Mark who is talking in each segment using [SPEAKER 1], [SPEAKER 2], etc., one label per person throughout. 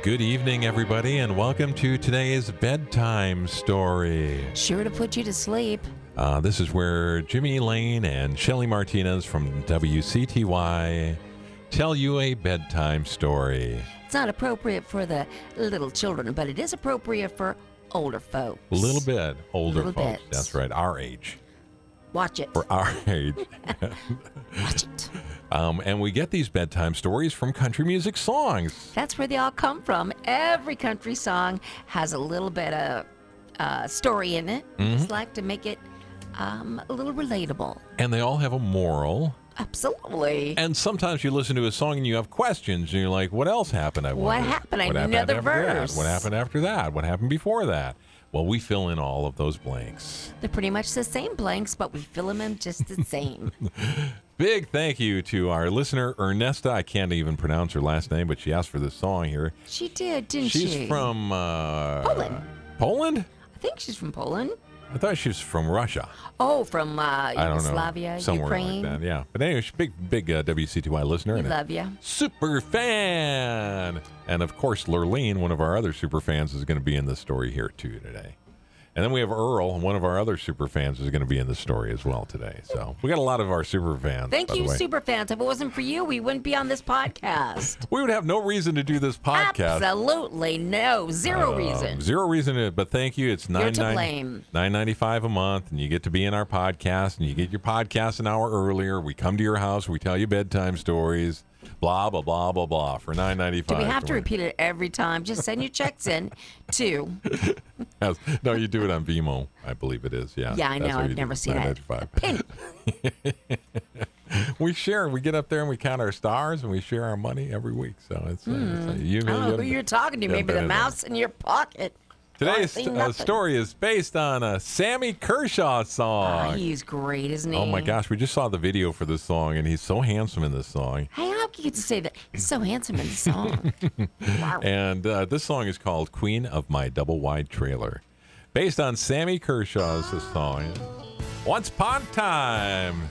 [SPEAKER 1] good evening, everybody, and welcome to today's bedtime story.
[SPEAKER 2] Sure to put you to sleep.
[SPEAKER 1] Uh, this is where Jimmy Lane and Shelly Martinez from WCTY tell you a bedtime story.
[SPEAKER 2] It's not appropriate for the little children, but it is appropriate for older folks.
[SPEAKER 1] A little bit older
[SPEAKER 2] Little
[SPEAKER 1] folks.
[SPEAKER 2] bit.
[SPEAKER 1] That's right, our age.
[SPEAKER 2] Watch it.
[SPEAKER 1] For our age.
[SPEAKER 2] Watch it.
[SPEAKER 1] um, and we get these bedtime stories from country music songs.
[SPEAKER 2] That's where they all come from. Every country song has a little bit of uh, story in it.
[SPEAKER 1] Mm-hmm.
[SPEAKER 2] It's like to make it um, a little relatable.
[SPEAKER 1] And they all have a moral.
[SPEAKER 2] Absolutely.
[SPEAKER 1] And sometimes you listen to a song and you have questions and you're like, what else happened? I
[SPEAKER 2] What
[SPEAKER 1] wonder?
[SPEAKER 2] happened? I
[SPEAKER 1] What
[SPEAKER 2] know the
[SPEAKER 1] after that?
[SPEAKER 2] verse."
[SPEAKER 1] What happened after that? What happened before that? Well, we fill in all of those blanks.
[SPEAKER 2] They're pretty much the same blanks, but we fill them in just the same.
[SPEAKER 1] Big thank you to our listener, Ernesta. I can't even pronounce her last name, but she asked for this song here.
[SPEAKER 2] she did, didn't
[SPEAKER 1] She's
[SPEAKER 2] she?
[SPEAKER 1] from uh,
[SPEAKER 2] Poland.
[SPEAKER 1] Poland?
[SPEAKER 2] I think she's from Poland.
[SPEAKER 1] I thought she was from Russia.
[SPEAKER 2] Oh, from uh,
[SPEAKER 1] I don't
[SPEAKER 2] Yugoslavia,
[SPEAKER 1] know. Somewhere
[SPEAKER 2] Ukraine.
[SPEAKER 1] like that. Yeah. But anyway, she's a big, big uh, WCTY listener.
[SPEAKER 2] We
[SPEAKER 1] and a
[SPEAKER 2] love you.
[SPEAKER 1] super fan. And of course, Lurleen, one of our other super fans, is going to be in this story here too today. And then we have Earl, one of our other super fans, is going to be in the story as well today. So we got a lot of our super fans.
[SPEAKER 2] Thank
[SPEAKER 1] by
[SPEAKER 2] you,
[SPEAKER 1] the way.
[SPEAKER 2] super fans. If it wasn't for you, we wouldn't be on this podcast.
[SPEAKER 1] we would have no reason to do this podcast. Oh, um,
[SPEAKER 2] Absolutely no, zero reason.
[SPEAKER 1] Zero reason to, but thank you. It's
[SPEAKER 2] You're
[SPEAKER 1] nine
[SPEAKER 2] to blame.
[SPEAKER 1] nine ninety five a month, and you get to be in our podcast, and you get your podcast an hour earlier. We come to your house, we tell you bedtime stories, blah blah blah blah blah, for nine ninety
[SPEAKER 2] Do
[SPEAKER 1] five.
[SPEAKER 2] we have to repeat it every time? Just send your checks in to
[SPEAKER 1] Yes. No, you do it on Vimo, I believe it is. Yeah.
[SPEAKER 2] Yeah, I
[SPEAKER 1] That's
[SPEAKER 2] know.
[SPEAKER 1] what
[SPEAKER 2] I've
[SPEAKER 1] you do.
[SPEAKER 2] never seen that.
[SPEAKER 1] 9.95.
[SPEAKER 2] Penny.
[SPEAKER 1] We share. We get up there and we count our stars and we share our money every week. So it's, uh, it's uh, you
[SPEAKER 2] I
[SPEAKER 1] really
[SPEAKER 2] don't know
[SPEAKER 1] gotta-
[SPEAKER 2] who Hmm. Oh, you're talking to.
[SPEAKER 1] gotta
[SPEAKER 2] Maybe
[SPEAKER 1] bet
[SPEAKER 2] the
[SPEAKER 1] it
[SPEAKER 2] mouse in your pocket.
[SPEAKER 1] on. Today's
[SPEAKER 2] Hardly
[SPEAKER 1] st- uh,
[SPEAKER 2] nothing.
[SPEAKER 1] story is based on a Sammy Kershaw
[SPEAKER 2] Oh,
[SPEAKER 1] song.
[SPEAKER 2] he's great, isn't he?
[SPEAKER 1] oh my gosh, we just saw the video for this song and he's so handsome in this song.
[SPEAKER 2] Hey, how do you get to say that? He's so handsome in the song. wow.
[SPEAKER 1] And uh, this song is called Queen of My Double Wide Trailer, based on Sammy Kershaw's song. Once upon a time,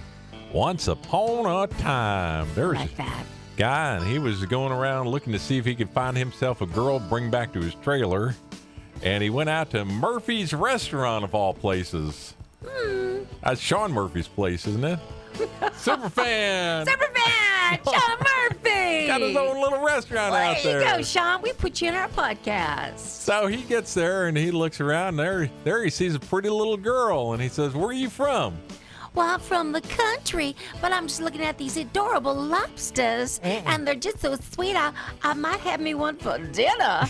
[SPEAKER 1] once upon a time. There was
[SPEAKER 2] like that.
[SPEAKER 1] a guy, and he was going around looking to see if he could find himself a girl to bring back to his trailer. And he went out to Murphy's Restaurant, of all places. That's Sean Murphy's place, isn't it? Superfan!
[SPEAKER 2] Superman, Sean Murphy.
[SPEAKER 1] Oh, Got his own little restaurant
[SPEAKER 2] Well,
[SPEAKER 1] out
[SPEAKER 2] there
[SPEAKER 1] there.
[SPEAKER 2] you go, Sean. We put you in our podcast.
[SPEAKER 1] So he gets there and he looks around. There, there he sees a pretty little girl, and he says, "Where are you from?"
[SPEAKER 2] Well, I'm from the country, but I'm just looking at these adorable lobsters, and they're just so sweet. I, I might have me one for dinner.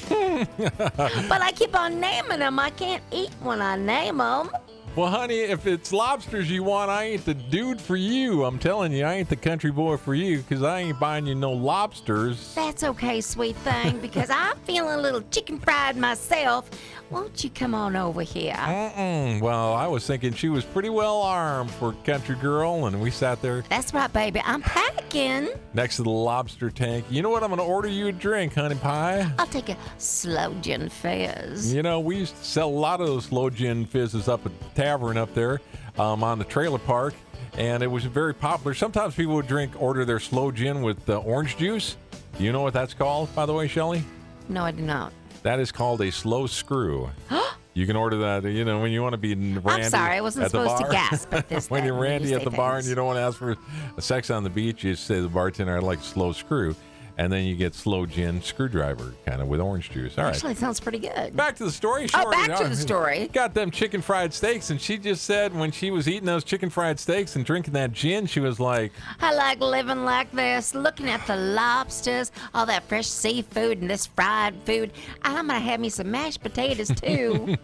[SPEAKER 2] but I keep on naming them. I can't eat when I name them.
[SPEAKER 1] Well, honey, if it's lobsters you want, I ain't the dude for you. I'm telling you, I ain't the country boy for you, 'cause I ain't buying you no lobsters.
[SPEAKER 2] That's okay, sweet thing, because I'm feeling a little chicken fried myself. Won't you come on over here?
[SPEAKER 1] Mm-mm. Well, I was thinking she was pretty well armed for a country girl, and we sat there
[SPEAKER 2] That's right, baby. I'm packing.
[SPEAKER 1] next to the lobster tank. You know what? I'm gonna order you a drink, honey pie.
[SPEAKER 2] I'll take a slow gin fizz.
[SPEAKER 1] You know, we used to sell a lot of those low gin fizzes up at the tavern up there um, on the trailer park, and it was very popular. Sometimes people would drink, order their slow gin with uh, orange juice. Do you know what that's called, by the way, Shelley?
[SPEAKER 2] No, I do not.
[SPEAKER 1] That is called a slow screw. you can order that, you know, when you want to be randy
[SPEAKER 2] I'm sorry, I wasn't
[SPEAKER 1] at the
[SPEAKER 2] supposed to
[SPEAKER 1] bar.
[SPEAKER 2] gasp at this.
[SPEAKER 1] when
[SPEAKER 2] thing
[SPEAKER 1] you're randy
[SPEAKER 2] you
[SPEAKER 1] at
[SPEAKER 2] say
[SPEAKER 1] the bar
[SPEAKER 2] things.
[SPEAKER 1] and you don't want to ask for sex on the beach, you say to the bartender, I'd like a slow screw. And then you get slow gin screwdriver, kind of with orange juice. All right.
[SPEAKER 2] Actually, it sounds pretty good.
[SPEAKER 1] Back to the story.
[SPEAKER 2] Oh,
[SPEAKER 1] Shorty.
[SPEAKER 2] back to the story.
[SPEAKER 1] Got them chicken fried steaks, and she just said when she was eating those chicken fried steaks and drinking that gin, she was like,
[SPEAKER 2] I like living like this, looking at the lobsters, all that fresh seafood and this fried food. I'm gonna have me some mashed potatoes too.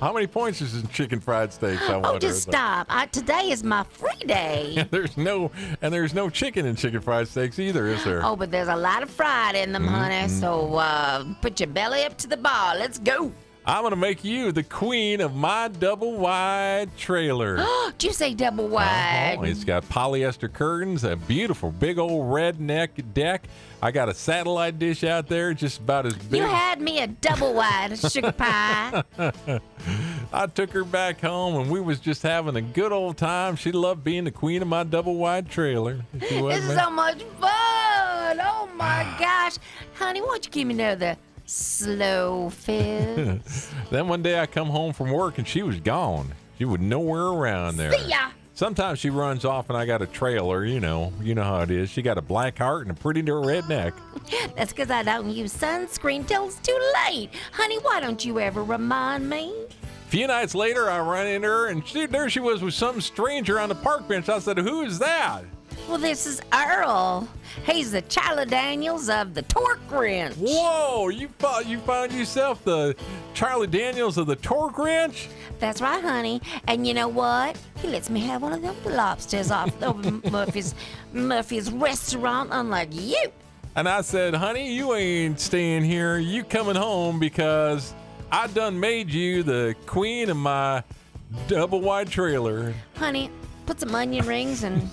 [SPEAKER 1] "How many points is in chicken fried steaks?" I wonder.
[SPEAKER 2] oh, just
[SPEAKER 1] It's like,
[SPEAKER 2] stop! I, today is my free day.
[SPEAKER 1] There's no, and there's no chicken in chicken fried steaks either, is there?
[SPEAKER 2] Oh, but there's a lot of fried in them, honey. So uh, put your belly up to the bar. Let's go.
[SPEAKER 1] I'm gonna make you the queen of my double wide trailer.
[SPEAKER 2] Do you say double wide?
[SPEAKER 1] Oh, it's got polyester curtains, a beautiful big old redneck deck. I got a satellite dish out there, just about as big.
[SPEAKER 2] You had me a double wide sugar pie.
[SPEAKER 1] I took her back home and we was just having a good old time. She loved being the queen of my double wide trailer. She was,
[SPEAKER 2] This is
[SPEAKER 1] man.
[SPEAKER 2] so much fun. good. Oh my gosh. Honey, won't you give me another slow fizz?
[SPEAKER 1] Then one day I come home from work and she was gone. She was nowhere around there.
[SPEAKER 2] See ya.
[SPEAKER 1] Sometimes she runs off and I got a trailer, you know. You know how it is. She got a black heart and a pretty little redneck.
[SPEAKER 2] That's because I don't use sunscreen till it's too late. Honey, why don't you ever remind me?
[SPEAKER 1] A few nights later, I run into her and she, there she was with some stranger on the park bench. I said, Who is that?
[SPEAKER 2] Well, this is Earl. He's the Charlie Daniels of the Torque Wrench.
[SPEAKER 1] Whoa, you, fo- you found yourself the Charlie Daniels of the Torque Ranch?
[SPEAKER 2] That's right, honey. And you know what? He lets me have one of them lobsters off of M- Murphy's Murphy's restaurant, unlike you.
[SPEAKER 1] And I said, honey, you ain't staying here. You coming home because I done made you the queen of my double wide trailer.
[SPEAKER 2] Honey, put some onion rings and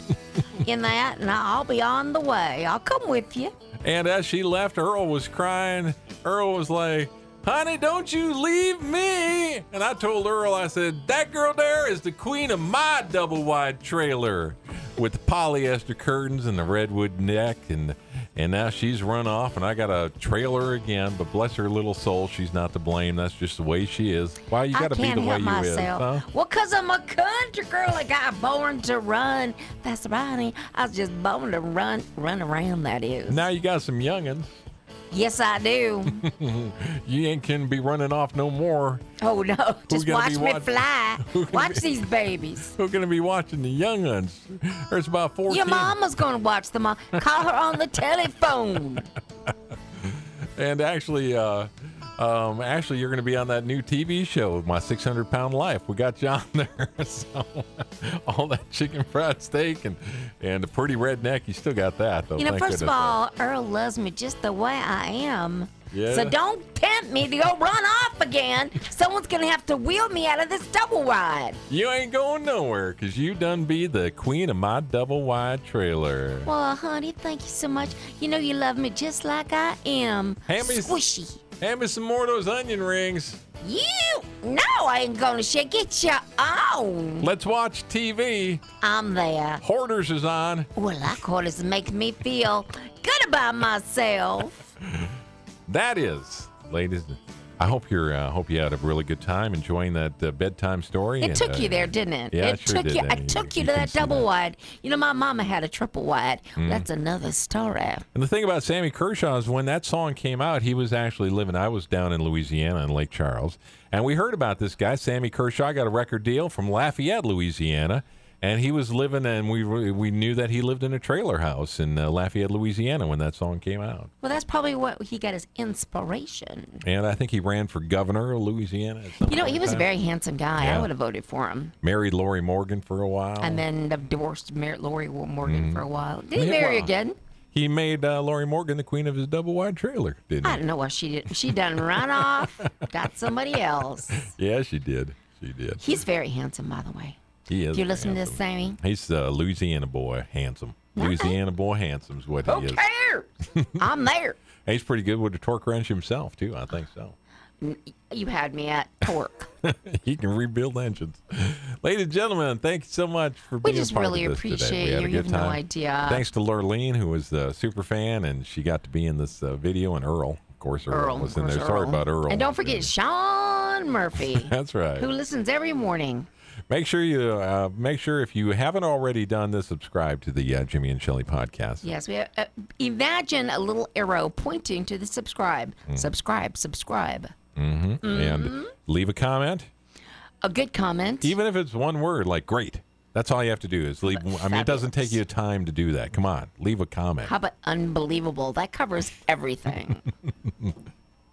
[SPEAKER 2] in that, and I'll be on the way. I'll come with you.
[SPEAKER 1] And as she left, Earl was crying. Earl was like, honey, don't you leave me. And I told Earl, I said, that girl there is the queen of my double wide trailer with the polyester curtains and the redwood neck. And, and now she's run off, and I got a trailer again. But bless her little soul, she's not to blame. That's just the way she is. Why you got to
[SPEAKER 2] I
[SPEAKER 1] be
[SPEAKER 2] can't
[SPEAKER 1] the way
[SPEAKER 2] help
[SPEAKER 1] you is?
[SPEAKER 2] myself.
[SPEAKER 1] Huh?
[SPEAKER 2] Well, because I'm a country girl. I got born to run. That's right, honey. I was just born to run, run around, that is.
[SPEAKER 1] Now you got some youngins.
[SPEAKER 2] Yes, I do.
[SPEAKER 1] You ain't can be running off no more.
[SPEAKER 2] oh, no. Just
[SPEAKER 1] gonna
[SPEAKER 2] watch
[SPEAKER 1] be
[SPEAKER 2] me
[SPEAKER 1] watch-
[SPEAKER 2] fly.
[SPEAKER 1] Who gonna
[SPEAKER 2] Watch these babies.
[SPEAKER 1] Who gonna be watching the youngins? There's about fourteen.
[SPEAKER 2] Your mama's gonna watch them all. Call her on the telephone.
[SPEAKER 1] Oh, And actually, uh, um, actually, you're gonna be on that new TV show, My 600 Pound Life. We got you on there. so all that chicken fried steak and and the pretty redneck. You still got that though.
[SPEAKER 2] You know,
[SPEAKER 1] thank
[SPEAKER 2] first of
[SPEAKER 1] goodness.
[SPEAKER 2] all, Earl loves me just the way I am.
[SPEAKER 1] Yeah.
[SPEAKER 2] So don't tempt me to go run off again. Someone's gonna have to wheel me out of this double wide.
[SPEAKER 1] you ain't going nowhere because you done be the queen of my double wide trailer.
[SPEAKER 2] Well, honey, thank you so much. You know you love me just like I am.
[SPEAKER 1] Hammy's-
[SPEAKER 2] Squishy.
[SPEAKER 1] Hand me some more of those onion rings.
[SPEAKER 2] You? No, I ain't gonna shake. Get your own.
[SPEAKER 1] Let's watch TV.
[SPEAKER 2] I'm there.
[SPEAKER 1] Hoarders is on.
[SPEAKER 2] Well, that quarters make me feel good about myself.
[SPEAKER 1] That is, ladies. I hope you're. uh, hope you had a really good time enjoying that uh, bedtime story.
[SPEAKER 2] It
[SPEAKER 1] and,
[SPEAKER 2] took
[SPEAKER 1] uh,
[SPEAKER 2] you there, didn't it?
[SPEAKER 1] yeah, I
[SPEAKER 2] it
[SPEAKER 1] sure
[SPEAKER 2] took
[SPEAKER 1] did,
[SPEAKER 2] you. I
[SPEAKER 1] Danny.
[SPEAKER 2] took you,
[SPEAKER 1] You
[SPEAKER 2] to
[SPEAKER 1] can
[SPEAKER 2] that
[SPEAKER 1] see
[SPEAKER 2] double
[SPEAKER 1] that. Mm.
[SPEAKER 2] wide. You know, my mama had a triple wide. That's another story.
[SPEAKER 1] And the thing about Sammy Kershaw is when that song came out, he was actually living. I was down in Louisiana in Lake Charles, and we heard about this guy, Sammy Kershaw, got a record deal from Lafayette, Louisiana, and he was living, and we re- we knew that he lived in a trailer house in uh, Lafayette, Louisiana, when that song came out.
[SPEAKER 2] Well, that's probably what he got his inspiration.
[SPEAKER 1] And I think he ran for governor of Louisiana. at some
[SPEAKER 2] You know,
[SPEAKER 1] point
[SPEAKER 2] he
[SPEAKER 1] in
[SPEAKER 2] was a
[SPEAKER 1] time.
[SPEAKER 2] very handsome guy.
[SPEAKER 1] Yeah.
[SPEAKER 2] I would have voted for him.
[SPEAKER 1] married Lori Morgan for a while.
[SPEAKER 2] And then divorced Mer- Lori
[SPEAKER 1] Mm-hmm.
[SPEAKER 2] Morgan for a while. Did he
[SPEAKER 1] Yeah,
[SPEAKER 2] marry
[SPEAKER 1] wow.
[SPEAKER 2] again?
[SPEAKER 1] He made uh, Lori Morgan the queen of his double wide trailer, didn't
[SPEAKER 2] I
[SPEAKER 1] he?
[SPEAKER 2] don't know why she did. She done run off, got somebody else.
[SPEAKER 1] Yeah, she did. She did.
[SPEAKER 2] He's very handsome, by the way.
[SPEAKER 1] He is.
[SPEAKER 2] If you listen to this,
[SPEAKER 1] handsome.
[SPEAKER 2] Sammy,
[SPEAKER 1] He's a Louisiana boy, handsome. Louisiana boy, handsome is what he
[SPEAKER 2] who
[SPEAKER 1] is.
[SPEAKER 2] cares? I'm there.
[SPEAKER 1] And He's pretty good with the torque wrench himself, too. I think so.
[SPEAKER 2] You had me at torque.
[SPEAKER 1] he can rebuild engines. Ladies and gentlemen, thank you so much for
[SPEAKER 2] We
[SPEAKER 1] being
[SPEAKER 2] just
[SPEAKER 1] part
[SPEAKER 2] really
[SPEAKER 1] of this today.
[SPEAKER 2] appreciate
[SPEAKER 1] We had
[SPEAKER 2] you.
[SPEAKER 1] a
[SPEAKER 2] You
[SPEAKER 1] good
[SPEAKER 2] have no
[SPEAKER 1] time.
[SPEAKER 2] idea.
[SPEAKER 1] Thanks to Lurleen, who was the super fan, and she got to be in this uh, video, and Earl. Of course, Earl,
[SPEAKER 2] Earl.
[SPEAKER 1] was in
[SPEAKER 2] of
[SPEAKER 1] there.
[SPEAKER 2] course,
[SPEAKER 1] Sorry about Earl.
[SPEAKER 2] And don't forget Sean Murphy,
[SPEAKER 1] That's right.
[SPEAKER 2] who listens every morning.
[SPEAKER 1] Make sure you uh, make sure if you haven't already done this, subscribe to the uh, Jimmy and Shelley podcast.
[SPEAKER 2] Yes, we have, uh, imagine a little arrow pointing to the subscribe,
[SPEAKER 1] Mm.
[SPEAKER 2] subscribe, subscribe. Mm-hmm.
[SPEAKER 1] And leave a comment,
[SPEAKER 2] A good comment.
[SPEAKER 1] even if it's one word, like "great." That's all you have to do is leave. I mean, it doesn't take
[SPEAKER 2] Fabulous.
[SPEAKER 1] you time to do that. Come on, leave a comment.
[SPEAKER 2] How about unbelievable? That covers everything.